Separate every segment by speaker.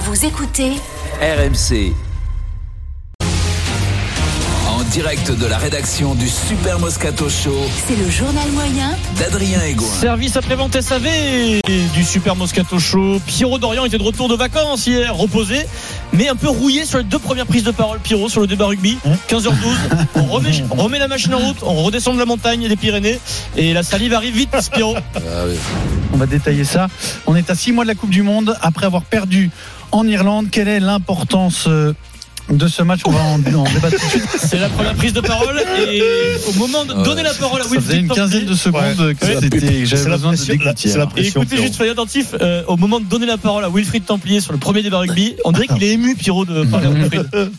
Speaker 1: Vous écoutez
Speaker 2: RMC. En direct de la rédaction du Super Moscato Show
Speaker 1: C'est le journal moyen
Speaker 2: d'Adrien Egoin.
Speaker 3: Service après-vente SAV du Super Moscato Show. Pierrot Dorian était de retour de vacances hier, reposé, mais un peu rouillé sur les deux premières prises de parole. Pierrot sur le débat rugby, 15h12. On remet, on remet la machine en route, on redescend de la montagne des Pyrénées et la salive arrive vite, Pierrot.
Speaker 4: On va détailler ça. On est à six mois de la Coupe du Monde. Après avoir perdu en Irlande, quelle est l'importance euh, de ce match On va en, en débattre tout de suite.
Speaker 3: C'est la première prise de parole et au moment de donner la parole à
Speaker 4: Ça
Speaker 3: Will
Speaker 4: faisait une
Speaker 3: Thorpe-
Speaker 4: quinzaine de secondes que
Speaker 3: Ouais.
Speaker 4: c'était. J'avais
Speaker 5: C'est la
Speaker 4: besoin de
Speaker 5: pression, la-
Speaker 4: dégoûter.
Speaker 5: c'est la
Speaker 3: Et
Speaker 5: pression.
Speaker 3: écoutez, juste soyez attentif, euh, au moment de donner la parole à Wilfried Templier sur le premier débat rugby, on dirait
Speaker 4: Ah.
Speaker 3: qu'il est ému, Pierrot, de parler à Wilfried.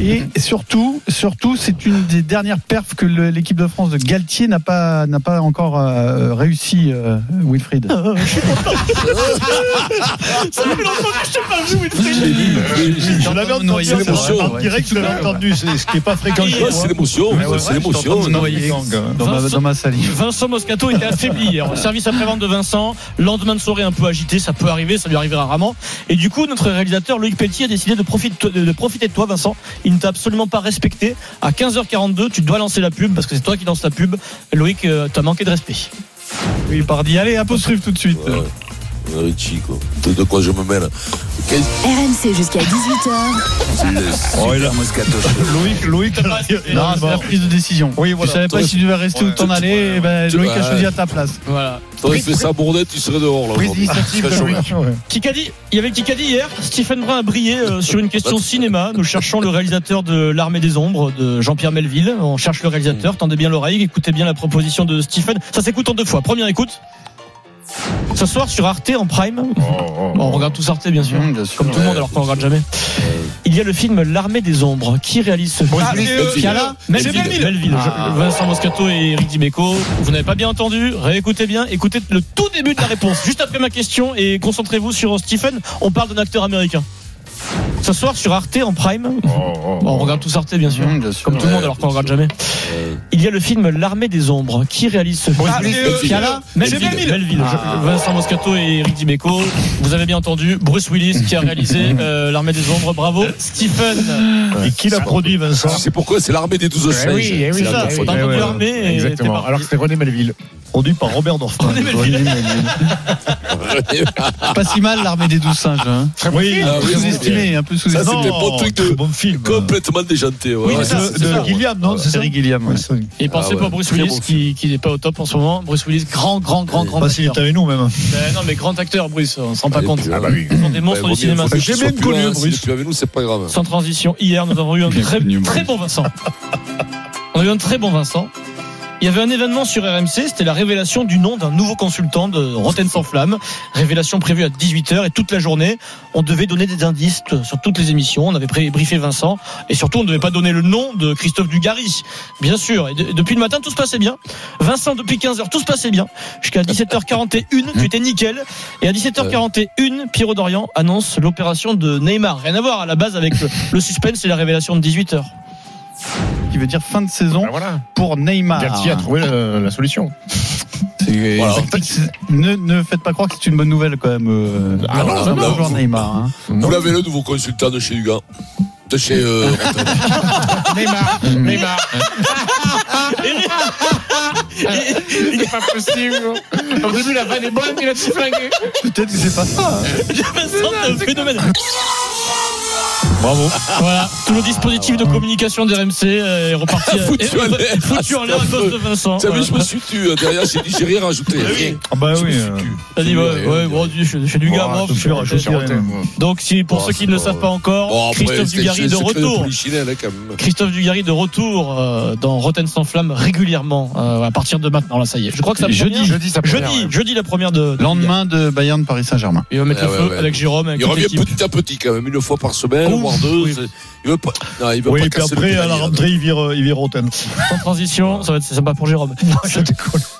Speaker 4: Et surtout, surtout, c'est une des dernières perfs que le- l'équipe de France de Galtier n'a pas, n'a pas encore euh, réussi, euh, Wilfried.
Speaker 3: Ça fait longtemps que je te parle, vous, Wilfried.
Speaker 5: Je l'avais entendu,
Speaker 4: Noyer,
Speaker 5: c'est
Speaker 4: c'est
Speaker 5: vrai.
Speaker 4: vrai,
Speaker 5: En
Speaker 4: ouais.
Speaker 5: direct, je l'avais entendu, c'est ce qui n'est pas fréquent. chez
Speaker 3: Ouais,
Speaker 5: moi.
Speaker 6: C'est l'émotion,
Speaker 5: Ouais,
Speaker 6: ça,
Speaker 5: ouais,
Speaker 6: c'est
Speaker 5: ouais, je
Speaker 6: l'émotion.
Speaker 5: t'entends
Speaker 6: non
Speaker 5: noyer.
Speaker 4: Dans ma, dans ma salive.
Speaker 3: Vincent Moscato était affaibli hier. Au Service après-vente de Vincent, lendemain de soirée un peu agité, ça peut arriver, ça lui arrivera rarement. Et du coup, notre réalisateur Loïc Pelletier a décidé de profiter de, de profiter de toi, Vincent. Il ne t'a absolument pas respecté. À 15h42, tu dois lancer la pub parce que c'est toi qui lance la pub. Loïc, euh, t'as manqué de respect.
Speaker 4: Oui, Pardi, allez, apostrophe tout de suite.
Speaker 6: Ouais, ouais. Richie, quoi. De- De quoi je me mêle Qu'est-ce
Speaker 1: RMC jusqu'à 18h.
Speaker 2: Le Super Moscato Show.
Speaker 5: Loïc, Loïc,
Speaker 4: Non, c'est la prise de décision.
Speaker 5: Oui, voilà.
Speaker 4: Tu savais pas
Speaker 6: Toi,
Speaker 4: si tu devais rester ou t'en
Speaker 6: Ouais.
Speaker 4: aller.
Speaker 6: Ouais.
Speaker 4: et ben,
Speaker 6: Tu-
Speaker 4: Loïc a
Speaker 6: ouais.
Speaker 4: choisi à ta place.
Speaker 3: Voilà.
Speaker 6: T'aurais fait ça, Bourdet, tu serais dehors, là.
Speaker 5: Prise
Speaker 6: aujourd'hui.
Speaker 5: d'initiative
Speaker 6: Très
Speaker 5: de
Speaker 6: chaud,
Speaker 5: Loïc.
Speaker 3: Kikadi, il y avait Kikadi hier. Stephen Brun a brillé euh, sur une question cinéma. Nous cherchons le réalisateur de L'Armée des Ombres de Jean-Pierre Melville. On cherche le réalisateur. Tendez bien l'oreille, écoutez bien la proposition de Stephen. Ça s'écoute en deux fois. Première écoute. Ce soir sur Arte en prime. Bon, on regarde tous Arte oh, Mmh, bien sûr. Comme tout le monde alors qu'on regarde jamais. Il y a le film L'Armée des Ombres. Qui réalise ce film
Speaker 5: Ah, mais, euh,
Speaker 3: Piala Melville. Melville. Je- Vincent Moscato et Eric Dimeco. Vous n'avez pas bien entendu Réécoutez bien. Écoutez le tout début de la réponse, juste après ma question, et concentrez-vous sur Stephen. On parle d'un acteur américain. Ce soir sur Arte en prime. Bon, on regarde tous Arte oh, Mmh, bien sûr. Comme tout le monde alors qu'on regarde jamais. Il y a le film L'armée des ombres. Qui réalise ce film
Speaker 5: Ah, mais, euh,
Speaker 3: Piala Melville.
Speaker 5: Melville.
Speaker 3: Melville.
Speaker 5: Ah.
Speaker 3: Je- Vincent Moscato et Eric Dimeco. Vous avez bien entendu Bruce Willis qui a réalisé euh, L'armée des ombres. Bravo Stephen.
Speaker 5: Et qui l'a produit, Vincent
Speaker 6: Tu sais pourquoi C'est l'armée des 12 singes.
Speaker 5: eh
Speaker 3: C'est ça,
Speaker 5: eh
Speaker 3: c'est
Speaker 5: ouais,
Speaker 3: dans
Speaker 5: ouais,
Speaker 3: l'armée,
Speaker 5: ouais,
Speaker 3: et t'es
Speaker 5: Exactement.
Speaker 3: parti.
Speaker 5: Alors que c'est René Melville. Produit par Robert Dorfman.
Speaker 4: Pas si mal l'armée des douze singes. Hein.
Speaker 5: Oui,
Speaker 6: Ah oui,
Speaker 4: Sous-estimé, un peu
Speaker 6: Ça,
Speaker 4: sous-estimé.
Speaker 6: c'était
Speaker 5: Non,
Speaker 6: pas un truc
Speaker 5: très
Speaker 6: de
Speaker 5: bon film.
Speaker 6: complètement déjanté. ouais.
Speaker 3: Oui,
Speaker 6: Ouais,
Speaker 3: c'est ça,
Speaker 6: c'est-
Speaker 5: De,
Speaker 3: c'est ça.
Speaker 5: de Gilliam, non C'est ça
Speaker 4: Terry Gilliam. ouais.
Speaker 5: Ouais, c'est-
Speaker 3: Et pensez
Speaker 6: Ah ouais.
Speaker 3: pas à Bruce
Speaker 6: Très
Speaker 3: Willis
Speaker 6: bon
Speaker 3: qui, qui n'est pas au top en ce moment. Bruce Willis, grand, grand, grand, grand
Speaker 5: Bah, s'il
Speaker 3: acteur.
Speaker 5: est avec nous, même.
Speaker 3: Euh, non, mais grand acteur, Bruce, on se rend pas
Speaker 6: Et
Speaker 3: compte.
Speaker 6: puis,
Speaker 3: Ce
Speaker 6: ah bah oui.
Speaker 3: sont des monstres
Speaker 6: Ouais,
Speaker 3: du
Speaker 6: vaut mieux-
Speaker 3: cinéma.
Speaker 6: vaut mieux
Speaker 3: ça.
Speaker 6: qu'il soit
Speaker 5: même
Speaker 6: plus
Speaker 5: connu,
Speaker 6: là,
Speaker 5: Bruce.
Speaker 6: hein, S'il est plus avec nous, c'est pas grave.
Speaker 3: Sans transition, hier, nous avons eu un
Speaker 4: Bien
Speaker 3: très,
Speaker 4: connu, moi.
Speaker 3: très bon Vincent. On a eu un très bon Vincent. Il y avait un événement sur RMC, c'était la révélation du nom d'un nouveau consultant de Rotten sans flamme. Révélation prévue à 18h et toute la journée, on devait donner des indices t- sur toutes les émissions. On avait pré- briefé Vincent et surtout on ne devait pas donner le nom de Christophe Dugarry, bien sûr. Et de- depuis le matin, tout se passait bien. Vincent, depuis 15h, tout se passait bien. Jusqu'à 17h41, tu étais nickel. Et à 17h41, Pierrot Dorian annonce l'opération de Neymar. Rien à voir à la base avec le, le suspense et la révélation de 18h.
Speaker 4: Qui veut dire fin de saison
Speaker 5: voilà.
Speaker 4: pour Neymar.
Speaker 5: Galtier a trouvé euh, la solution.
Speaker 4: C'est-
Speaker 6: Voilà.
Speaker 4: c'est- c'est- Ne, ne faites pas croire que c'est une bonne nouvelle quand même. euh,
Speaker 6: Ah non,
Speaker 4: pour
Speaker 6: non,
Speaker 4: le
Speaker 6: non.
Speaker 4: joueur Neymar. hein.
Speaker 6: Vous l'avez le nouveau consultant de chez Hugo De chez. euh,
Speaker 5: Neymar, Neymar. C'est pas possible. Au début, la vanne est bonne, il a tout flingué.
Speaker 4: Peut-être que c'est pas ça. hein.
Speaker 3: Vincent, c'est un phénomène. Bravo. Voilà, tout le dispositif de communication d'RMC euh, est reparti. à-
Speaker 6: Foutu en l'air.
Speaker 3: Foutu en l'air à cause de Vincent.
Speaker 6: T'as vu, je me
Speaker 3: Voilà.
Speaker 6: suis tu euh, derrière, j'ai dit, j'ai rien rajouté. Rien.
Speaker 4: Ah bah
Speaker 6: Je Oh, me
Speaker 4: oui.
Speaker 6: suis
Speaker 4: euh,
Speaker 6: tu.
Speaker 3: T'as dit,
Speaker 6: Je me
Speaker 3: ouais,
Speaker 6: suis dit,
Speaker 3: ouais,
Speaker 6: rien.
Speaker 3: bon, je suis- je suis du gars,
Speaker 4: Ah,
Speaker 3: moi,
Speaker 4: je suis
Speaker 3: je suis-
Speaker 4: sûr, je suis sûr.
Speaker 3: Donc, si, pour
Speaker 6: Ah,
Speaker 3: ceux qui ne le savent pas encore,
Speaker 6: Bon, après,
Speaker 3: Christophe
Speaker 6: c'était
Speaker 3: Dugarry
Speaker 6: le
Speaker 3: de
Speaker 6: secret
Speaker 3: retour.
Speaker 6: Polichinelle, hein, quand même.
Speaker 3: Christophe Dugarry de retour euh, dans Rotten sans flamme régulièrement euh, à partir de maintenant. Là, ça y est. Je crois que ça
Speaker 5: Jeudi, jeudi, ça
Speaker 3: jeudi, jeudi la première de. de
Speaker 4: Lendemain de Bayern Paris Saint-Germain.
Speaker 3: Il va mettre
Speaker 6: Ah
Speaker 3: le
Speaker 6: ouais,
Speaker 3: feu
Speaker 6: ouais.
Speaker 3: avec Jérôme. Avec
Speaker 6: Il
Speaker 3: toute
Speaker 6: revient
Speaker 3: l'équipe.
Speaker 6: petit à petit quand même, une fois par semaine,
Speaker 3: Ouf,
Speaker 6: voire deux.
Speaker 3: oui.
Speaker 6: c'est- Il veut pas. Non, il veut pas casser le hein. palier, là.
Speaker 4: il vire, euh, il vire Rotten.
Speaker 3: Sans transition, ça va être sympa pour Jérôme.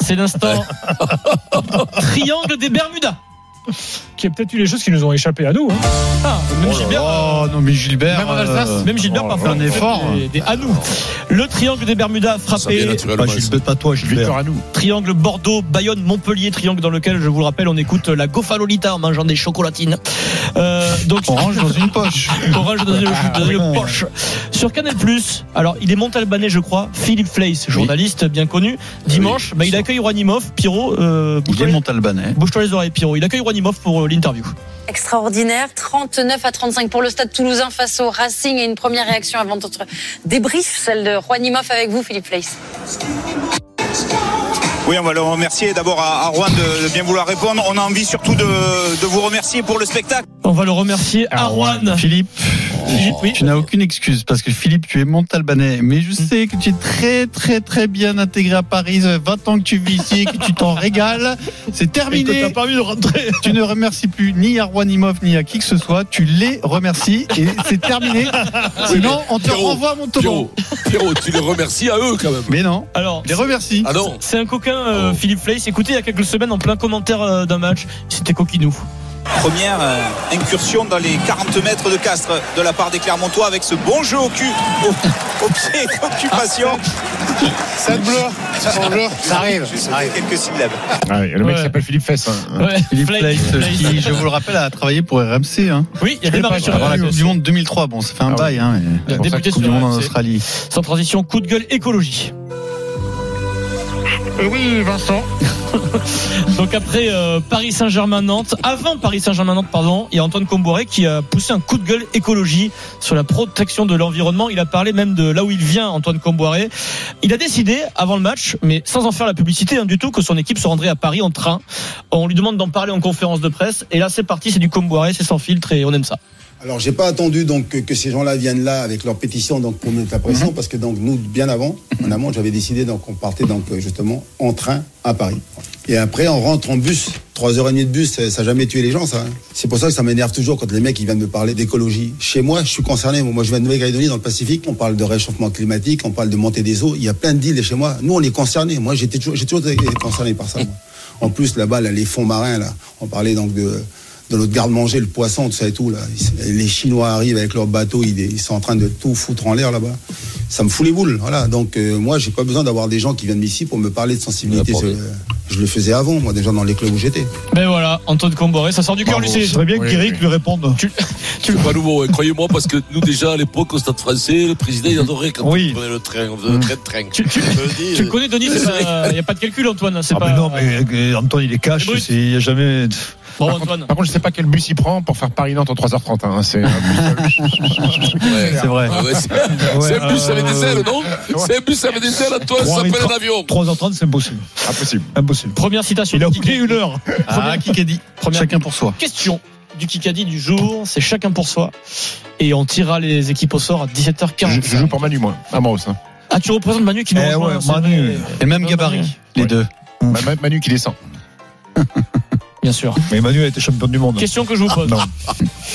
Speaker 3: C'est l'instant triangle des Bermudas.
Speaker 7: Qui a peut-être eu les choses qui nous ont échappé à nous. hein.
Speaker 3: Ah, même Gilbert.
Speaker 4: Oh non mais Gilbert.
Speaker 5: Même en Alsace,
Speaker 4: euh, oh,
Speaker 3: Même
Speaker 6: Oh
Speaker 3: Gilbert parfois
Speaker 4: un effort.
Speaker 3: Des, des à nous. Le triangle des Bermudas
Speaker 6: Ça vient
Speaker 3: frappé.
Speaker 6: naturellement.
Speaker 7: Ah,
Speaker 6: ça.
Speaker 4: pas toi
Speaker 5: Victoire à nous.
Speaker 3: Triangle Bordeaux, Bayonne, Montpellier, triangle dans lequel, je vous le rappelle, on écoute la Gofalolita en mangeant des chocolatines. Euh, donc,
Speaker 4: Orange dans une poche.
Speaker 3: Orange dans une,
Speaker 4: Ah,
Speaker 3: dans une poche. Sur Canal alors il est montalbanais, je crois, Philippe Fleiss, journaliste bien connu. Dimanche, bah, il accueille Rouanimov, Pierrot. Euh,
Speaker 4: Il est
Speaker 3: bouge-toi
Speaker 4: Montalbanais.
Speaker 3: les- bouge-toi les oreilles, Pierrot. Il accueille Rouanimov pour euh, l'interview.
Speaker 8: extraordinaire. 39 à 35 pour le Stade toulousain face au Racing. Et une première réaction avant notre débrief, celle de Juanimov avec vous, Philippe Leys.
Speaker 9: Oui, on va le remercier d'abord à, à Rouen de, de bien vouloir répondre. On a envie surtout de, de vous remercier pour le spectacle.
Speaker 3: On va le remercier, Arwan.
Speaker 4: Ah, Philippe,
Speaker 3: Philippe, oui.
Speaker 4: tu n'as aucune excuse parce que Philippe, tu es Montalbanais, mais je sais que tu es très très très bien intégré à Paris. Ça fait 20 ans que tu vis ici, que tu t'en régales. C'est terminé.
Speaker 3: pas envie de rentrer.
Speaker 4: Tu ne remercies plus ni à Rouanimov ni à qui que ce soit. Tu les remercies et c'est terminé. Sinon, on te
Speaker 6: Pierrot,
Speaker 4: renvoie à Montauban.
Speaker 6: Pierrot, Pierrot, tu les remercies à eux quand même.
Speaker 4: Mais non,
Speaker 3: Alors,
Speaker 4: je les remercie.
Speaker 6: Ah non
Speaker 3: c'est un coquin, euh,
Speaker 6: Oh.
Speaker 3: Philippe Fleiss. Écoutez, il y a quelques semaines, en plein commentaire euh, d'un match, c'était coquinou.
Speaker 9: Première euh, incursion dans les 40 mètres de Castres de la part des Clermontois avec ce bon jeu au cul, au, au pied d'occupation.
Speaker 5: Ça bleu. Bonjour. Ça arrive.
Speaker 9: Juste quelques syllabes.
Speaker 5: Ah le mec
Speaker 3: Ouais.
Speaker 5: s'appelle Philippe Fess. hein.
Speaker 3: Ouais,
Speaker 4: Philippe Place, qui, je vous le rappelle, a travaillé pour RMC. Hein.
Speaker 3: Oui, il y a
Speaker 5: Je l'ai
Speaker 3: démarré
Speaker 5: pas,
Speaker 3: sur
Speaker 5: je l'ai
Speaker 4: Avant la
Speaker 3: la
Speaker 4: Coupe du Monde 2003, bon, ça fait un
Speaker 5: Ah
Speaker 4: bail, hein, mais-
Speaker 3: Il a
Speaker 5: pour ça
Speaker 3: débuté
Speaker 4: Coupe du
Speaker 3: sur
Speaker 4: Monde en
Speaker 3: RMC.
Speaker 4: Australie.
Speaker 3: Sans transition, coup de gueule écologie.
Speaker 5: Et Euh, oui, Vincent.
Speaker 3: Donc après euh, Paris Saint-Germain-Nantes, avant Paris Saint-Germain-Nantes, pardon, il y a Antoine Comboiré qui a poussé un coup de gueule écologie sur la protection de l'environnement. Il a parlé même de là où il vient, Antoine Comboiré. Il a décidé, avant le match, mais sans en faire la publicité hein, du tout, que son équipe se rendrait à Paris en train. On lui demande d'en parler en conférence de presse. Et là, c'est parti, c'est du Comboiré, c'est sans filtre et on aime ça.
Speaker 10: Alors, j'ai pas attendu donc que, que ces gens-là viennent là avec leur pétition donc pour nous mettre la pression parce que donc nous bien avant, en amont, j'avais décidé donc on partait donc euh, justement en train à Paris. Et après on rentre en bus, trois heures et demie de bus, ça, ça a jamais tué les gens ça. hein. C'est pour ça que ça m'énerve toujours quand les mecs ils viennent me parler d'écologie. Chez moi, je suis concerné. Moi, je viens de Nouvelle-Calédonie dans le Pacifique. On parle de réchauffement climatique, on parle de montée des eaux. Il y a plein de deals chez moi. Nous, on est concernés. Moi, j'étais toujours, j'ai toujours été concerné par ça. moi. En plus, là-bas, là, les fonds marins, là, on parlait donc de, de notre garde-manger, le poisson, tout ça et tout. Là. Ils- Les Chinois arrivent avec leurs bateaux, ils, ils sont en train de tout foutre en l'air là-bas. Ça me fout les boules. Voilà. Donc, euh, moi, j'ai pas besoin d'avoir des gens qui viennent ici pour me parler de sensibilité.
Speaker 6: N'importe.
Speaker 10: C'est- euh, Je le faisais avant, moi, déjà dans les clubs où j'étais.
Speaker 3: Mais Ben voilà, Antoine Comboiré, ça sort du cœur, lui. c'est-
Speaker 5: bien que Guéric lui réponde.
Speaker 6: C'est pas nouveau, hein, croyez-moi, parce que nous, déjà, à l'époque, au Stade français, le président, il adorait quand
Speaker 4: Oui.
Speaker 6: on prenait le train, on faisait le train de train.
Speaker 3: Tu- tu-
Speaker 6: Je le dis,
Speaker 3: Tu le
Speaker 6: euh,
Speaker 3: connais, Denis, il n'y a pas de calcul, Antoine. hein, C'est
Speaker 11: Ah
Speaker 3: pas.
Speaker 11: mais non, mais euh, Antoine, il est cash.
Speaker 3: C'est brut.
Speaker 11: c'est- Il n'y a jamais.
Speaker 3: Bravo,
Speaker 5: Par
Speaker 3: Oh, Antoine.
Speaker 5: contre, par contre, je sais pas quel bus il prend pour faire Paris-Nantes en 3h30. hein. C'est un bus-
Speaker 6: ouais.
Speaker 4: C'est vrai.
Speaker 6: Ah ouais, c'est c'est un bus avec des ailes, non C'est un bus avec des ailes, Antoine, ça
Speaker 11: Trois
Speaker 6: s'appelle
Speaker 11: mètres.
Speaker 6: un avion.
Speaker 11: 3h30, c'est impossible.
Speaker 5: impossible.
Speaker 11: Impossible.
Speaker 3: Première citation.
Speaker 11: Il a
Speaker 3: du
Speaker 11: oublié
Speaker 3: Kikadi.
Speaker 11: une heure.
Speaker 4: Ah, Kikadi.
Speaker 3: Première
Speaker 4: Chacun pour soi.
Speaker 3: question du Kikadi du jour. C'est chacun pour soi. Et on tirera les équipes au sort à
Speaker 5: Je,
Speaker 3: 17h40.
Speaker 5: je joue pour Manu, moi. À Maros. hein.
Speaker 3: Ah, tu représentes Manu qui nous
Speaker 11: Eh
Speaker 3: rejoint, hein,
Speaker 11: ouais,
Speaker 3: c'est
Speaker 11: Manu.
Speaker 3: vrai.
Speaker 4: Et même
Speaker 3: Ouais, Manu.
Speaker 4: gabarit, les
Speaker 5: Ouais.
Speaker 4: deux.
Speaker 5: Ma- ma- Manu qui descend.
Speaker 3: Bien sûr.
Speaker 11: Mais Emmanuel a été champion du monde.
Speaker 3: Question que je vous pose.
Speaker 11: Non.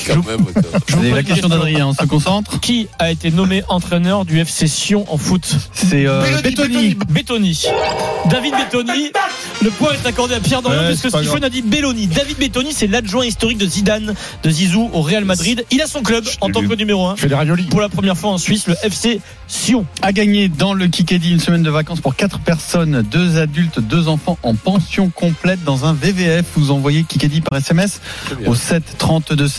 Speaker 6: Quand même, ouais.
Speaker 3: Je vous
Speaker 4: C'est
Speaker 3: pose
Speaker 4: la
Speaker 3: une
Speaker 4: question d'Adrien, on se concentre.
Speaker 3: Qui a été nommé entraîneur du FC Sion en foot
Speaker 4: C'est euh, Bettoni.
Speaker 3: Bettoni. David Bettoni. Le point est accordé à Pierre Dorian
Speaker 11: Ouais,
Speaker 3: parce que
Speaker 11: c'est pas
Speaker 3: Stephen a dit Belloni. David Bettoni, c'est l'adjoint historique de Zidane, de Zizou au Real Madrid. Il a son club en
Speaker 5: l'ai
Speaker 3: tant
Speaker 5: vu.
Speaker 3: que numéro 1.
Speaker 5: Je fais des raviolis.
Speaker 3: Pour la première fois en Suisse, le FC Sion.
Speaker 4: a gagné dans le Kikadi une semaine de vacances pour quatre personnes, deux adultes, deux enfants en pension complète dans un VVF. Vous envoyez Kikadi par SMS
Speaker 6: bien.
Speaker 4: au 7 32 16.